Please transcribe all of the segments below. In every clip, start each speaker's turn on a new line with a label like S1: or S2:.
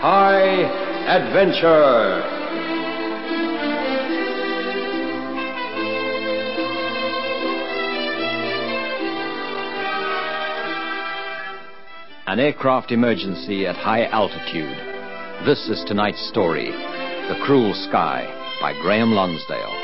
S1: High Adventure. An aircraft emergency at high altitude. This is tonight's story The Cruel Sky by Graham Lonsdale.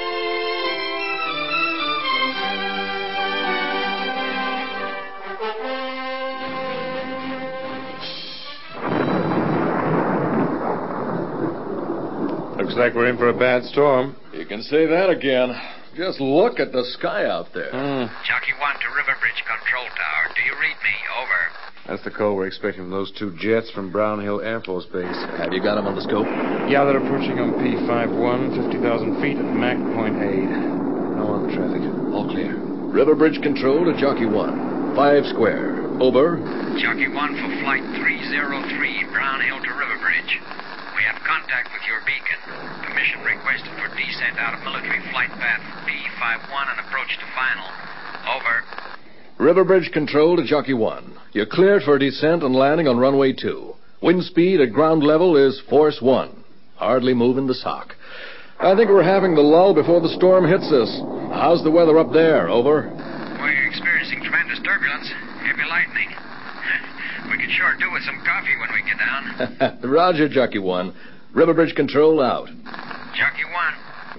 S2: Looks like we're in for a bad storm.
S3: You can say that again. Just look at the sky out there.
S4: Jockey 1 to Riverbridge Control Tower. Do you read me? Over.
S2: That's the call we're expecting from those two jets from Brown Hill Air Force Base.
S3: Have you got him on the scope?
S2: Yeah, they're approaching on P51, 50,000 feet at Mach point eight. No other traffic.
S3: All clear. Riverbridge Control to Jockey 1. Five square. Over.
S4: Jockey 1 for Flight 303, Brown Hill to Riverbridge. We have contact with your beacon. Permission requested for descent out of military flight path P51 and approach to final. Over.
S3: Riverbridge Control to Jockey 1. You're cleared for descent and landing on runway 2. Wind speed at ground level is force 1. Hardly moving the sock. I think we're having the lull before the storm hits us. How's the weather up there? Over.
S4: We're experiencing tremendous turbulence, heavy lightning. we could sure do with some coffee when we get down.
S3: Roger, Jockey 1. Riverbridge Control out.
S4: Jockey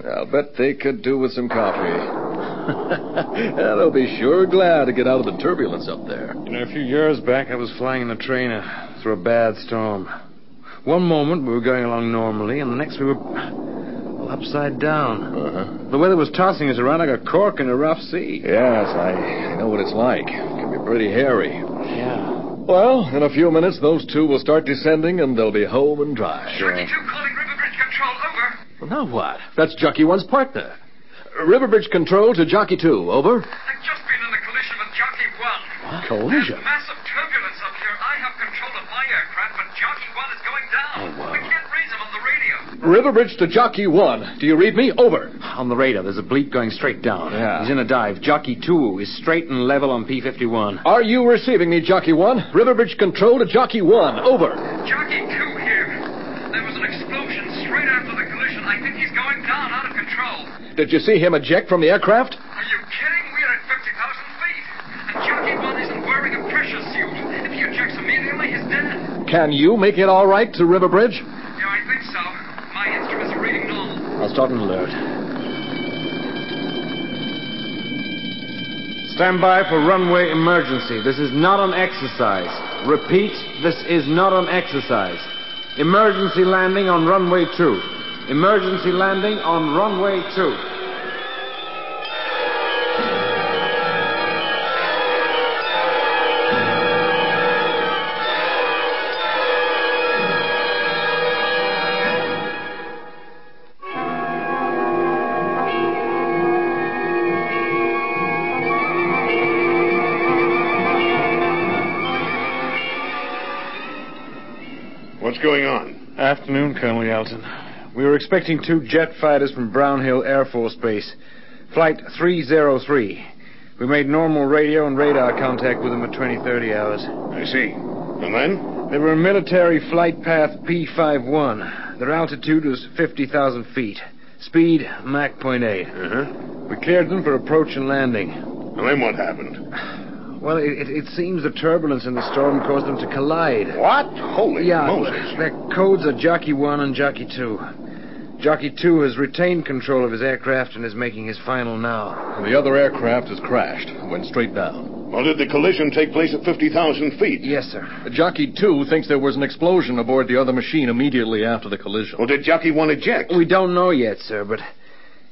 S4: 1,
S3: I'll bet they could do with some coffee. They'll be sure glad to get out of the turbulence up there.
S2: You know, a few years back, I was flying in a trainer through a bad storm. One moment we were going along normally, and the next we were well, upside down.
S3: Uh-huh.
S2: The weather was tossing us around like a cork in a rough sea.
S3: Yes, I, I know what it's like. It can be pretty hairy.
S2: Yeah.
S3: Well, in a few minutes, those two will start descending, and they'll be home and dry.
S4: Jockey 2 calling Riverbridge Control. Over.
S3: Well, now what? That's Jockey One's partner. Riverbridge Control to Jockey Two. Over.
S4: I've just been in a collision with Jockey 1.
S3: Collision.
S4: There's massive turbulence up here. I have control of my aircraft, but Jockey 1 is going down.
S3: Oh, wow.
S4: We can't raise him on the radio.
S3: Riverbridge to Jockey One. Do you read me? Over.
S2: On the radar, there's a bleep going straight down.
S3: Yeah.
S2: He's in a dive. Jockey 2 is straight and level on P51.
S3: Are you receiving me, Jockey One? Riverbridge Control to Jockey One. Over.
S4: Jockey 2 here. There was an explosion straight after the collision. I think he's going down out of control.
S3: Did you see him eject from the aircraft?
S4: Are you kidding? We're at 50,000 feet. And Jockey 1 isn't wearing a pressure suit. If he ejects immediately, he's dead.
S3: Can you make it all right to Riverbridge?
S4: Yeah, I think so. My instruments are reading normal.
S2: I'll start an alert. Stand by for runway emergency. This is not an exercise. Repeat, this is not an exercise. Emergency landing on runway 2. Emergency landing on runway 2.
S5: What's going on?
S2: Afternoon, Colonel Yelton. We were expecting two jet fighters from Brown Hill Air Force Base, Flight 303. We made normal radio and radar contact with them at 2030 hours.
S5: I see. And then?
S2: They were military flight path P51. Their altitude was 50,000 feet. Speed, Mach 0.8.
S5: Uh-huh.
S2: We cleared them for approach and landing.
S5: And then what happened?
S2: Well, it, it, it seems the turbulence in the storm caused them to collide.
S5: What? Holy
S2: yeah,
S5: Moses.
S2: their codes are Jockey 1 and Jockey 2. Jockey 2 has retained control of his aircraft and is making his final now.
S3: The other aircraft has crashed, went straight down.
S5: Well, did the collision take place at 50,000 feet?
S2: Yes, sir.
S3: Jockey Two thinks there was an explosion aboard the other machine immediately after the collision.
S5: Well, did Jockey 1 eject?
S2: We don't know yet, sir, but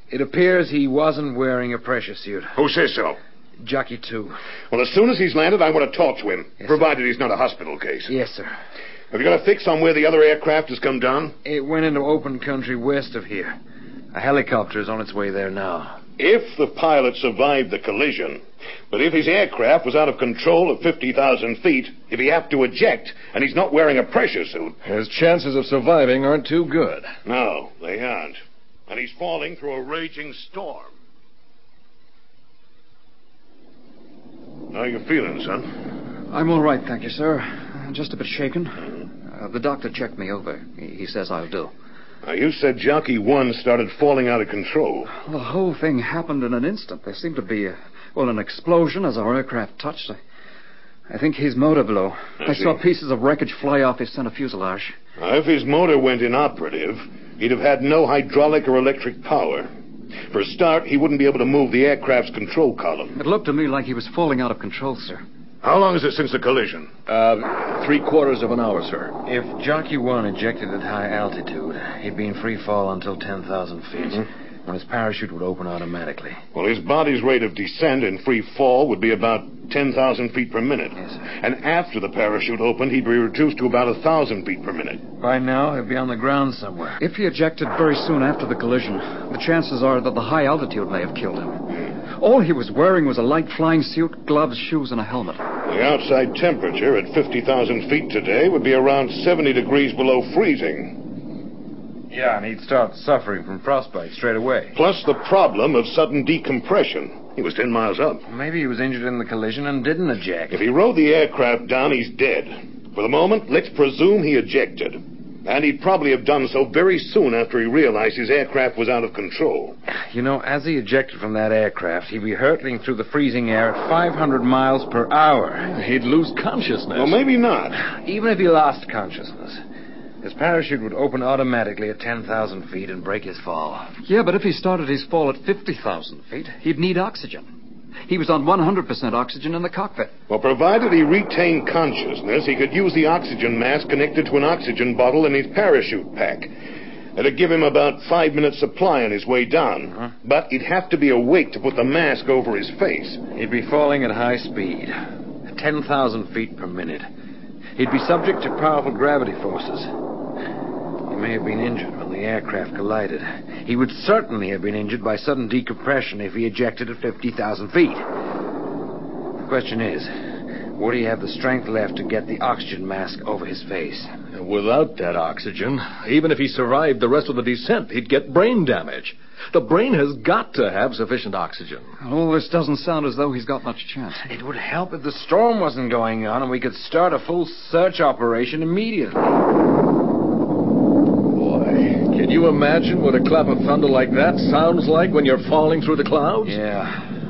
S2: it appears he wasn't wearing a pressure suit.
S5: Who says so?
S2: Jockey 2.
S5: Well, as soon as he's landed, I want to talk to him,
S2: Yes, sir.
S5: provided he's not a hospital case.
S2: Yes, sir.
S5: Have you got a fix on where the other aircraft has come down?
S2: It went into open country west of here. A helicopter is on its way there now.
S5: If the pilot survived the collision, but if his aircraft was out of control at 50,000 feet, if he had to eject, and he's not wearing a pressure suit,
S3: His chances of surviving aren't too good.
S5: No, they aren't. And he's falling through a raging storm. How you feeling, son?
S2: I'm all right, thank you, sir. Just a bit shaken.
S6: Uh, the doctor checked me over. He, he says I'll do.
S5: Now, you said Jockey 1 started falling out of control.
S6: The whole thing happened in an instant. There seemed to be, a, well, an explosion as our aircraft touched. I, I think he's motor blow. I,
S5: see.
S6: saw pieces of wreckage fly off his center fuselage.
S5: Now, if his motor went inoperative, he'd have had no hydraulic or electric power. For a start, he wouldn't be able to move the aircraft's control column.
S6: It looked to me like he was falling out of control, sir.
S5: How long is it since the collision?
S7: Uh, three quarters of an hour, sir.
S2: If Jockey 1 ejected at high altitude, he'd be in free fall until 10,000 feet. When his parachute would open automatically.
S5: Well, his body's rate of descent in free fall would be about 10,000 feet per minute. And after the parachute opened, he'd be reduced to about 1,000 feet per minute.
S2: By now, he'd be on the ground somewhere.
S6: If he ejected very soon after the collision, the chances are that the high altitude may have killed
S2: Hmm.
S6: him. All he was wearing was a light flying suit, gloves, shoes, and a helmet.
S5: The outside temperature at 50,000 feet today would be around 70 degrees below freezing,
S2: Yeah, and he'd start suffering from frostbite straight away.
S5: plus the problem of sudden decompression. He was 10 miles up.
S2: Maybe he was injured in the collision and didn't eject.
S5: If he rode the aircraft down, he's dead. For the moment, let's presume he ejected. And he'd probably have done so very soon after he realized his aircraft was out of control.
S2: You know, as he ejected from that aircraft, he'd be hurtling through the freezing air at 500 miles per hour.
S7: He'd lose consciousness.
S5: Well, maybe not.
S2: Even if he lost consciousness, his parachute would open automatically at 10,000 feet and break his fall.
S6: Yeah, but if he started his fall at 50,000 feet, he'd need oxygen. He was on 100% oxygen in the cockpit.
S5: Well, provided he retained consciousness, he could use the oxygen mask connected to an oxygen bottle in his parachute pack. It'd give him about five minutes supply on his way down.
S7: Uh-huh.
S5: But he'd have to be awake to put the mask over his face.
S2: He'd be falling at high speed, at 10,000 feet per minute. He'd be subject to powerful gravity forces. He may have been injured when the aircraft collided. He would certainly have been injured by sudden decompression if he ejected at 50,000 feet. The question is would he have the strength left to get the oxygen mask over his face?
S7: Without that oxygen, even if he survived the rest of the descent, he'd get brain damage. The brain has got to have sufficient oxygen.
S6: All this doesn't sound as though he's got much chance.
S2: It would help if the storm wasn't going on and we could start a full search operation immediately.
S7: Boy, can you imagine what a clap of thunder like that sounds like when you're falling through the clouds?
S2: Yeah,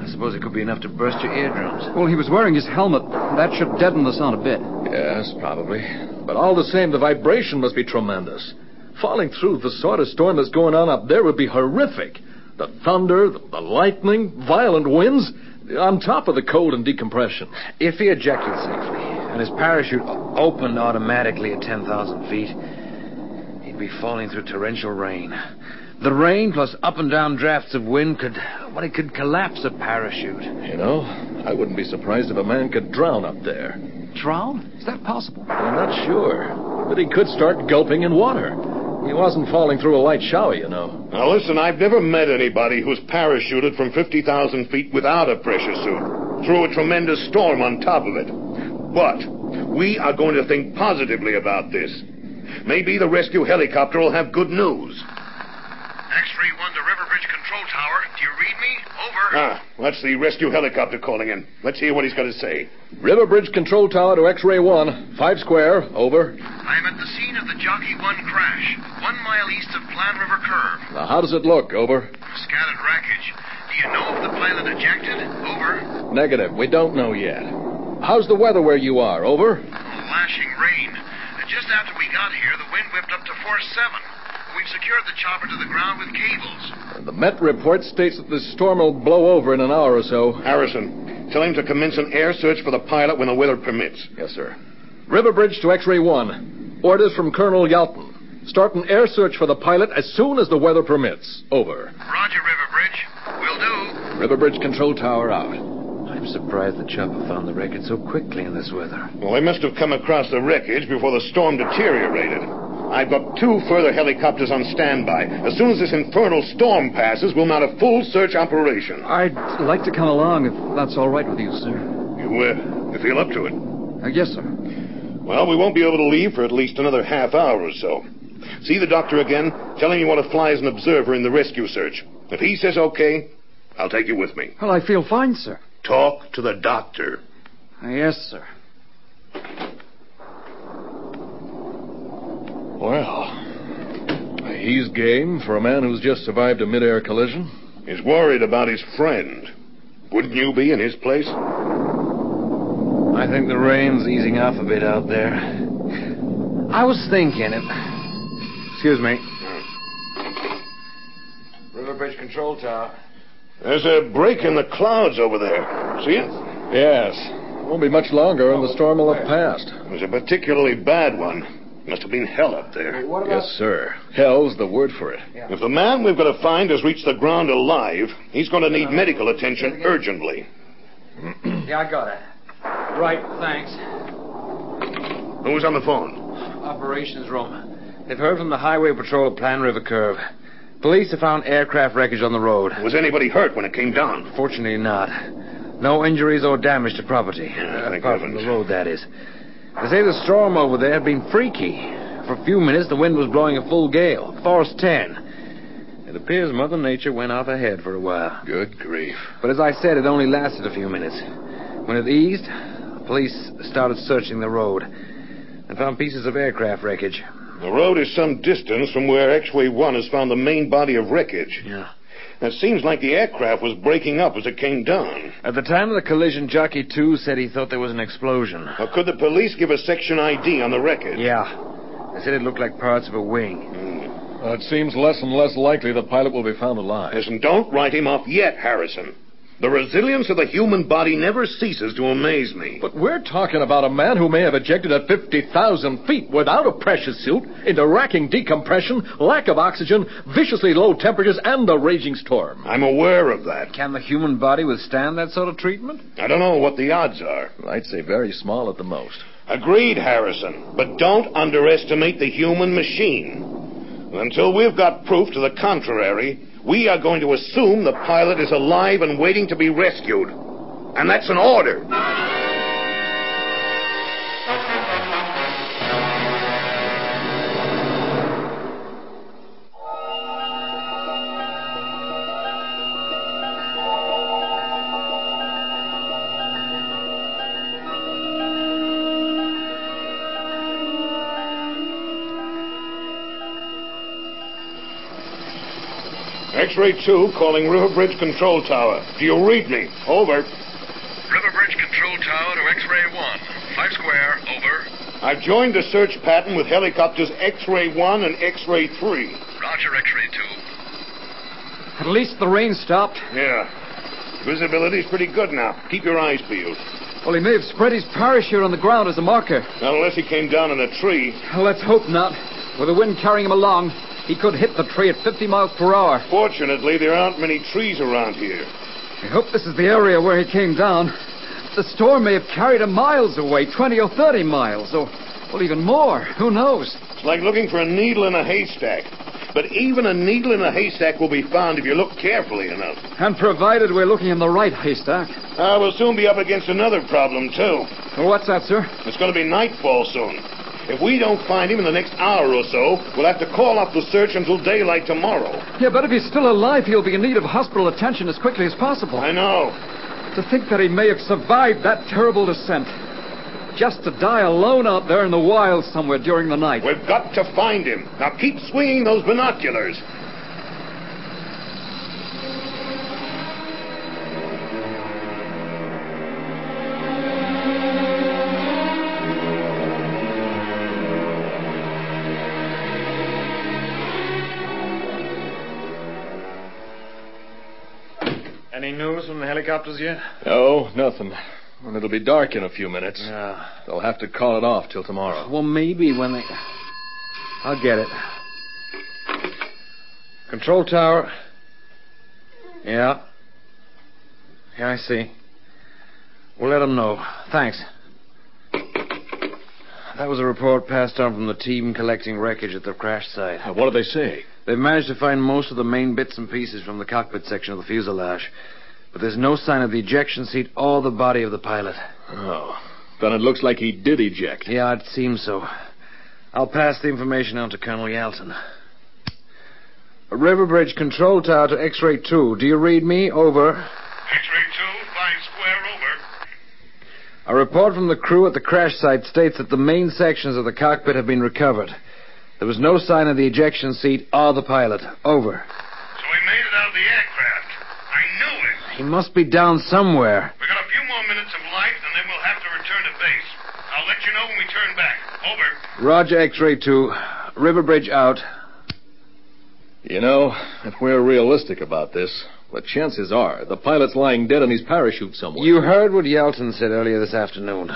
S2: I suppose it could be enough to burst your eardrums.
S6: Well, he was wearing his helmet. That should deaden the sound a bit.
S7: Yes, probably. But all the same, the vibration must be tremendous. Falling through the sort of storm that's going on up there would be horrific. The thunder, the, the lightning, violent winds, on top of the cold and decompression.
S2: If he ejected safely and his parachute o- opened automatically at 10,000 feet, he'd be falling through torrential rain. The rain plus up and down drafts of wind could, well, it could collapse a parachute.
S7: You know, I wouldn't be surprised if a man could drown up there.
S6: Drown? Is that possible?
S7: I'm not sure. But he could start gulping in water. He wasn't falling through a light shower, you know.
S5: Now, listen, I've never met anybody who's parachuted from 50,000 feet without a pressure suit, through a tremendous storm on top of it. But we are going to think positively about this. Maybe the rescue helicopter will have good news.
S4: X-ray 1 to Riverbridge Control Tower. Do you read me? Over.
S3: Uh,
S5: Ah, that's the rescue helicopter calling in. Let's hear what he's got to say.
S7: Riverbridge Control Tower to X ray 1. Five square. Over.
S4: I am at the scene of the Jockey 1 crash, one mile east of Plan River Curve.
S7: Now, how does it look? Over.
S4: Scattered wreckage. Do you know if the pilot ejected? Over.
S7: Negative. We don't know yet. How's the weather where you are? Over.
S4: Lashing rain. Uh, Just after we got here, the wind whipped up to force 7. We've secured the chopper to the ground with cables.
S7: The Met report states that the storm will blow over in an hour or so.
S5: Harrison, tell him to commence an air search for the pilot when the weather permits.
S7: Yes, sir. Riverbridge to X ray 1. Orders from Colonel Yelton. Start an air search for the pilot as soon as the weather permits. Over.
S4: Roger, Riverbridge. Will do.
S7: Riverbridge Control Tower out.
S2: I'm surprised the chopper found the wreckage so quickly in this weather.
S5: Well, they must have come across the wreckage before the storm deteriorated. I've got two further helicopters on standby. As soon as this infernal storm passes, we'll mount a full search operation.
S6: I'd like to come along if that's all right with you, sir.
S5: You, uh, you feel up to it?
S6: Uh, yes, sir.
S5: Well, we won't be able to leave for at least another half hour or so. See the doctor again. Tell him you want to fly as an observer in the rescue search. If he says okay, I'll take you with me.
S6: Well, I feel fine, sir.
S5: Talk to the doctor.
S6: Uh, yes, sir.
S7: Well, uh, he's game for a man who's just survived a midair collision.
S5: He's worried about his friend. Wouldn't you be in his place?
S2: I think the rain's easing off a bit out there. I was thinking it. Excuse me. Riverbridge Control Tower.
S5: There's a break in the clouds over there. See it?
S7: Yes. Won't be much longer, and the storm will have passed.
S5: It was a particularly bad one. Must have been hell up there.
S7: Yes, sir. Hell's the word for it.
S5: If the man we've got to find has reached the ground alive, he's going to need medical attention urgently.
S6: Yeah, I got it. Right, thanks.
S5: Who's on the phone?
S2: Operations room. They've heard from the Highway Patrol of Plan River Curve. Police have found aircraft wreckage on the road.
S5: Was anybody hurt when it came down?
S2: Fortunately, not. No injuries or damage to property.
S5: Yeah,
S2: Uh,
S5: thank
S2: apart from the
S5: heavens.
S2: road, that is. They say the storm over there had been freaky. For a few minutes, the wind was blowing a full gale, force 10. It appears Mother Nature went off ahead for a while.
S7: Good grief.
S2: But as I said, it only lasted a few minutes. When it eased, the police started searching the road and found pieces of aircraft wreckage.
S5: The road is some distance from where X-Way 1 has found the main body of wreckage.
S2: Yeah.
S5: It seems like the aircraft was breaking up as it came down.
S2: At the time of the collision, Jockey 2 said he thought there was an explosion.
S5: Now, could the police give a section ID on the wreckage?
S2: Yeah. They said it looked like parts of a wing.
S5: Hmm.
S7: Well, it seems less and less likely the pilot will be found alive.
S5: Listen, don't write him off yet, Harrison. The resilience of the human body never ceases to amaze me.
S7: But we're talking about a man who may have ejected at 50,000 feet without a pressure suit into racking decompression, lack of oxygen, viciously low temperatures, and the raging storm.
S5: I'm aware of that.
S2: Can the human body withstand that sort of treatment?
S5: I don't know what the odds are.
S7: I'd say very small at the most.
S5: Agreed, Harrison. But don't underestimate the human machine. Until we've got proof to the contrary, we are going to assume the pilot is alive and waiting to be rescued. And that's an order. X-ray 2 calling Riverbridge Control Tower. Do you read me? Over.
S4: Riverbridge Control Tower to X-Ray 1. Five square, over.
S5: I've joined the search pattern with helicopters X-ray 1 and X-ray 3.
S4: Roger, X-Ray 2.
S6: At least the rain stopped.
S5: Yeah. Visibility's pretty good now. Keep your eyes peeled.
S6: Well, he may have spread his parachute on the ground as a marker.
S5: Not unless he came down in a tree.
S6: Well, let's hope not. With the wind carrying him along, he could hit the tree at 50 miles per hour.
S5: Fortunately, there aren't many trees around here.
S6: I hope this is the area where he came down. The storm may have carried him miles away, 20 or 30 miles, or well, even more. Who knows?
S5: It's like looking for a needle in a haystack. But even a needle in a haystack will be found if you look carefully enough.
S6: And provided we're looking in the right haystack.
S5: I will soon be up against another problem, too.
S6: Well, what's that, sir?
S5: It's going to be nightfall soon. If we don't find him in the next hour or so, we'll have to call off the search until daylight tomorrow.
S6: Yeah, but if he's still alive, he'll be in need of hospital attention as quickly as possible.
S5: I know.
S6: To think that he may have survived that terrible descent. Just to die alone out there in the wild somewhere during the night.
S5: We've got to find him. Now keep swinging those binoculars.
S2: Any news from the helicopters yet?
S7: No, nothing. And it'll be dark in a few minutes.
S2: Yeah.
S7: They'll have to call it off till tomorrow.
S2: Well, maybe when they. I'll get it. Control tower. Yeah. Yeah, I see. We'll let them know. Thanks. That was a report passed on from the team collecting wreckage at the crash site.
S7: Uh, What do they say?
S2: They've managed to find most of the main bits and pieces from the cockpit section of the fuselage, but there's no sign of the ejection seat or the body of the pilot.
S7: Oh. Then it looks like he did eject.
S2: Yeah, it seems so. I'll pass the information on to Colonel Yelton. Riverbridge Control Tower to X-Ray 2. Do you read me? Over.
S4: X-Ray 2, five square, over.
S2: A report from the crew at the crash site states that the main sections of the cockpit have been recovered. There was no sign of the ejection seat or the pilot. Over.
S4: So he made it out of the aircraft. I knew it.
S2: He must be down somewhere.
S4: We got a few more minutes of light, and then we'll have to return to base. I'll let you know when we turn back. Over.
S2: Roger X-ray 2. Riverbridge out.
S7: You know, if we're realistic about this, the chances are the pilot's lying dead in his parachute somewhere.
S2: You heard what Yelton said earlier this afternoon.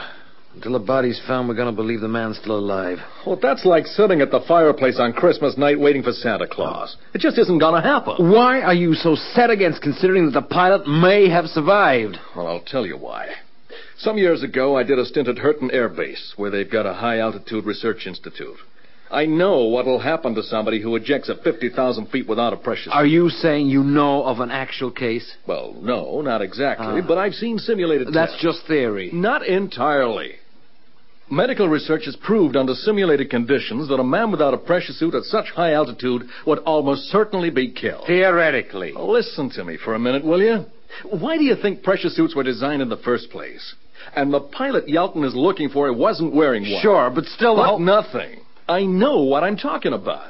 S2: Until a body's found, we're going to believe the man's still alive.
S7: Well, that's like sitting at the fireplace on Christmas night waiting for Santa Claus. It just isn't going to happen.
S2: Why are you so set against considering that the pilot may have survived?
S7: Well, I'll tell you why. Some years ago, I did a stint at Hurton Air Base, where they've got a high altitude research institute. I know
S2: Oh,
S7: what'll happen to somebody who ejects at 50,000 feet without a pressure.
S2: Are you saying you know of an actual case?
S7: Well, no, not exactly, but I've seen simulated
S2: Ah. That's
S7: tests.
S2: just theory.
S7: Not entirely. Medical research has proved under simulated conditions that a man without a pressure suit at such high altitude would almost certainly be killed.
S2: Theoretically.
S7: Listen to me for a minute, will you? Why do you think pressure suits were designed in the first place? And the pilot Yelton is looking for wasn't wearing one.
S2: Sure, but still the
S7: But
S2: whole-
S7: nothing. I know what I'm talking about.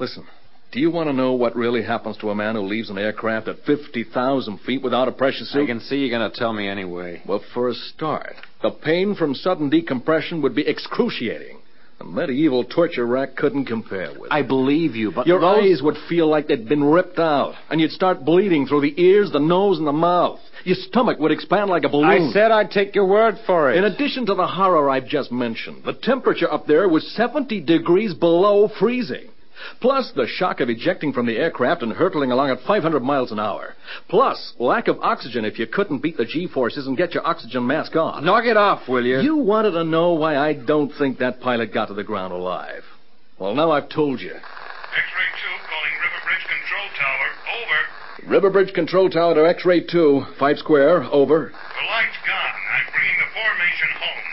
S7: Listen, do you want to know what really happens to a man who leaves an aircraft at 50,000 feet without a pressure suit?
S2: I can see you're going to tell me anyway.
S7: Well, for a start, the pain from sudden decompression would be excruciating. A medieval torture rack couldn't compare with it.
S2: I believe you, but
S7: Your
S2: those-
S7: eyes would feel like they'd been ripped out, and you'd start bleeding through the ears, the nose, and the mouth. Your stomach would expand like a balloon.
S2: I said I'd take your word for it.
S7: In addition to the horror I've just mentioned, the temperature up there was 70 degrees below freezing. Plus the shock of ejecting from the aircraft and hurtling along at 500 miles an hour. Plus lack of oxygen if you couldn't beat the G forces and get your oxygen mask on.
S2: Knock it off, will you?
S7: You wanted to know why I don't think that pilot got to the ground alive. Well, now I've told you.
S4: X-ray 2 calling Riverbridge Control Tower. Over.
S7: Riverbridge Control Tower to X-ray 2, 5 square, over.
S4: The light's gone. I'm bringing the formation home.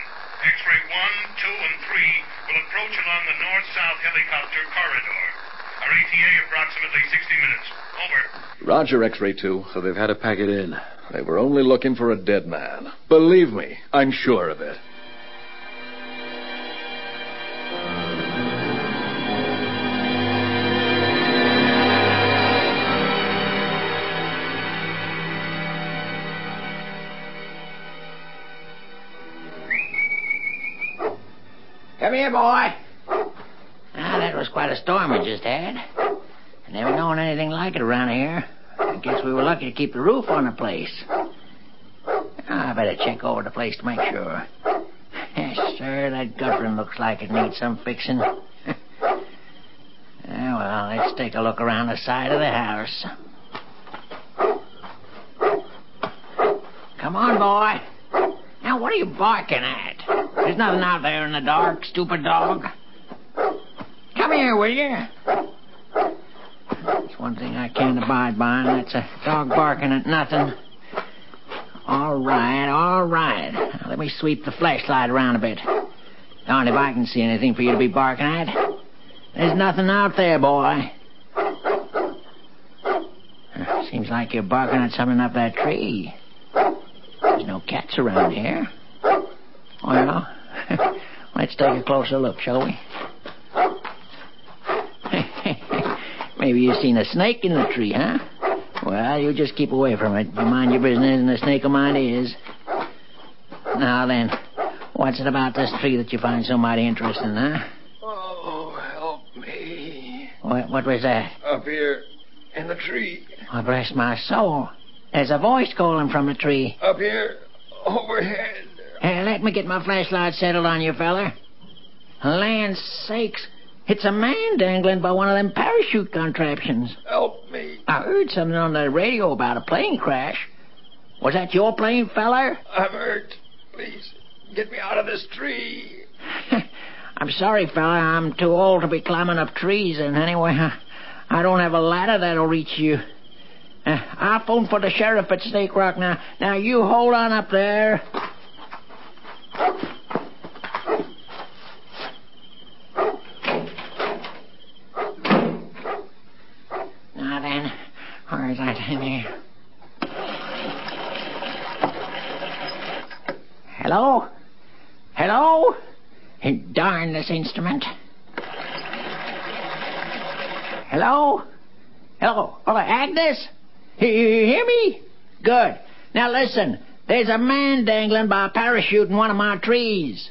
S4: X-ray 1, 2, and 3 will approach along the north-south helicopter corridor. Our ETA approximately 60 minutes. Over.
S7: Roger, X-ray 2.
S2: So they've had to pack it in.
S7: They were only looking for a dead man. Believe me, I'm sure of it.
S8: Come here, boy. Now, Ah, that was quite a storm we just had. I never known anything like it around here. I guess we were lucky to keep the roof on the place. Ah, I better check over the place to make sure. Yes, sir, that guttering looks like it needs some fixing. Ah, well, let's take a look around the side of the house. Come on, boy. Now, what are you barking at? There's nothing out there in the dark, stupid dog. Come here, will you? That's one thing I can't abide by, and that's a dog barking at nothing. All right, all right. Now, let me sweep the flashlight around a bit. Darn if I can see anything for you to be barking at. There's nothing out there, boy. Huh, Seems like you're barking at something up that tree. There's no cats around here. Well, let's take a closer look, shall we? Maybe you've seen a snake in the tree, huh? Well, you just keep away from it. You mind your business, and the snake of mine is. Now then, what's it about this tree that you find so mighty interesting, huh?
S2: Oh, help me.
S8: What, what was that?
S2: Up here in the tree.
S8: Oh, bless my soul. There's a voice calling from the tree.
S2: Up here overhead.
S8: Hey, let me get my flashlight settled on you, feller. Land sakes, it's a man dangling by one of them parachute contraptions.
S2: Help me.
S8: I heard something on the radio about a plane crash. Was that your plane, feller?
S2: I'm hurt. Please get me out of this tree.
S8: I'm sorry, fella. I'm too old to be climbing up trees, and anyway, I, I don't have a ladder that'll reach you. Uh, I'll phone for the sheriff at Snake Rock now. Now, you hold on up there. Now then, where is that in here? Hello? Hello? Hey, Darn this instrument. Hello? Hello? Hello, Agnes? You- You hear me? Good. Now listen, there's a man dangling by a parachute in one of my trees.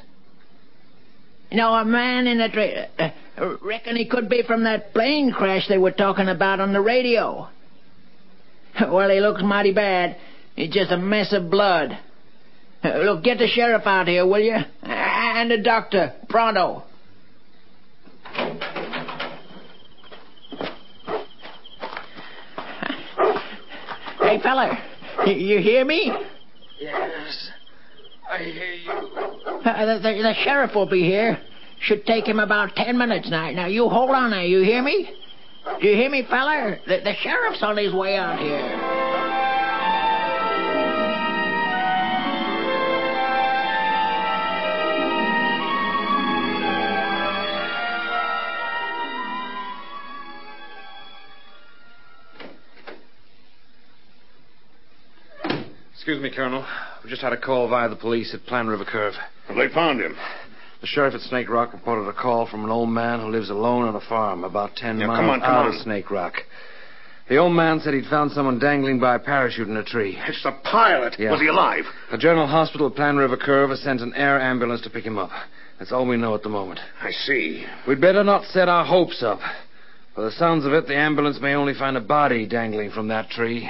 S8: You know, a man in a tree. Uh, uh, reckon he could be from that plane crash they were talking about on the radio. Well, he looks mighty bad. He's just a mess of blood. Uh, Look, get the sheriff out here, will you? A- And the doctor, pronto. Hey, feller, y- you hear me? Uh,
S2: Yes. I hear you.
S8: Uh, the, the, the sheriff will be here. Should take him about ten minutes now. Now, you hold on there, you hear me? Do you hear me, feller? The, the sheriff's on his way out here.
S2: Excuse me, Colonel. We just had a call via the police at Plan River Curve.
S5: Have they found him?
S2: The sheriff at Snake Rock reported a call from an old man who lives alone on a farm about ten
S5: Yeah,
S2: miles
S5: come on, come
S2: out
S5: on.
S2: of Snake Rock. The old man said he'd found someone dangling by a parachute in a tree.
S5: It's the pilot.
S2: Yeah.
S5: Was he alive?
S2: The General Hospital at Plan River Curve has sent an air ambulance to pick him up. That's all we know at the moment.
S5: I see.
S2: We'd better not set our hopes up. By the sounds of it, the ambulance may only find a body dangling from that tree.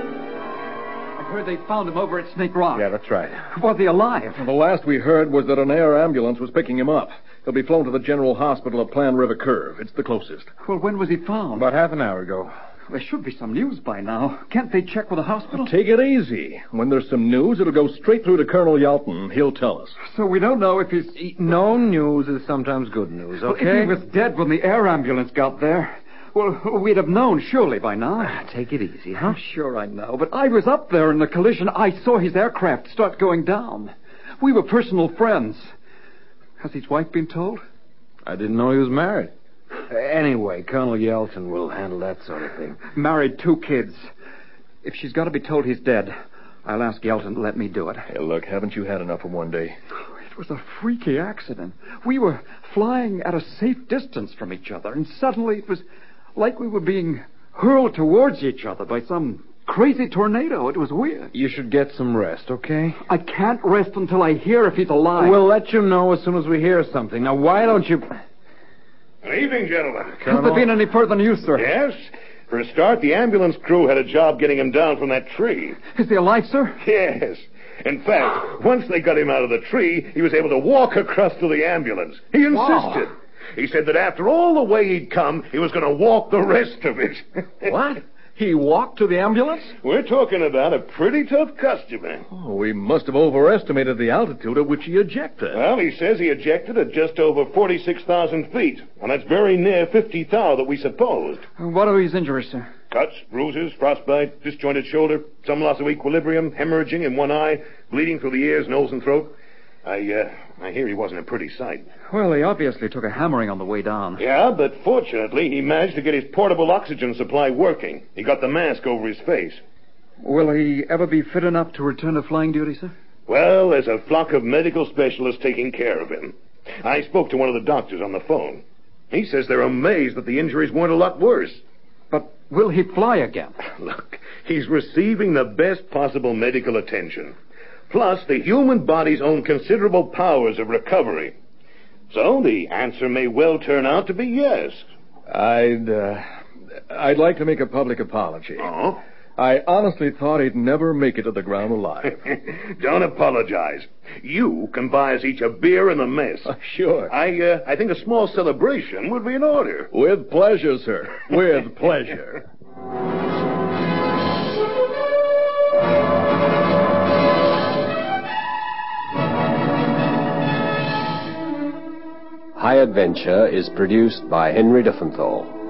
S6: I heard they found him over at Snake Rock.
S7: that's right.
S6: Was he alive?
S7: The last we heard was that an air ambulance was picking him up. He'll be flown to the general hospital at Plan River Curve. It's the closest.
S6: Well, when was he found?
S7: About half an hour ago.
S6: There should be some news by now. Can't they check with the hospital?
S7: Take it easy. When there's some news, it'll go straight through to Colonel Yelton. He'll tell us.
S6: So we don't know if he's.
S2: No news is sometimes good news,
S6: Well, If he was dead when the air ambulance got there, well, we'd have known surely by now.
S2: Take it easy,
S6: I'm sure I know, but I was up there in the collision. I saw his aircraft start going down. We were personal friends. Has his wife been told?
S2: I didn't know he was married. Anyway, Colonel Yelton will handle that sort of thing.
S6: Married two kids. If she's got to be told he's dead, I'll ask Elton to let me do it.
S7: Hey, look, haven't you had enough of one day?
S6: It was a freaky accident. We were flying at a safe distance from each other, and suddenly it was like we were being hurled towards each other by some crazy tornado. It was weird.
S2: You should get some rest, okay?
S6: I can't rest until I hear if he's alive.
S2: We'll let you know as soon as we hear something. Now, why don't you.
S5: Good evening, gentlemen.
S6: has there been any further news, sir?
S5: Yes? For a start, the ambulance crew had a job getting him down from that tree.
S6: Is he alive, sir?
S5: Yes. In fact, once they got him out of the tree, he was able to walk across to the ambulance.
S6: Ah.
S5: He insisted. He said that after all the way he'd come, he was going to walk the rest of it.
S7: What? He walked to the ambulance?
S5: We're talking about a pretty tough customer.
S7: Oh, we must have overestimated the altitude at which he ejected.
S5: Well, he says he ejected at just over 46,000 feet, and that's very near 50 thou that we supposed.
S6: Uh, What are his injuries, sir?
S5: Cuts, bruises, frostbite, disjointed shoulder, some loss of equilibrium, hemorrhaging in one eye, bleeding through the ears, nose, and throat. I, uh, I hear he wasn't a pretty sight.
S6: Well, he obviously took a hammering on the way down.
S5: Yeah, but fortunately, he managed to get his portable oxygen supply working. He got the mask over his face.
S6: Will he ever be fit enough to return to flying duty, sir?
S5: Well, there's a flock of medical specialists taking care of him. I spoke to one of the doctors on the phone. He says they're amazed that the injuries weren't a lot worse.
S6: But will he fly again?
S5: Look, he's receiving the best possible medical attention. Plus, the human body's own considerable powers of recovery. So the answer may well turn out to be yes.
S7: I'd, uh, I'd like to make a public apology.
S5: Oh?
S7: I honestly thought he'd never make it to the ground alive.
S5: Don't apologize. You can buy us each a beer and a mess.
S7: sure.
S5: I, uh, I think a small celebration would be in order.
S7: With pleasure, sir. With pleasure.
S3: High Adventure is produced by Henry Diffenthal.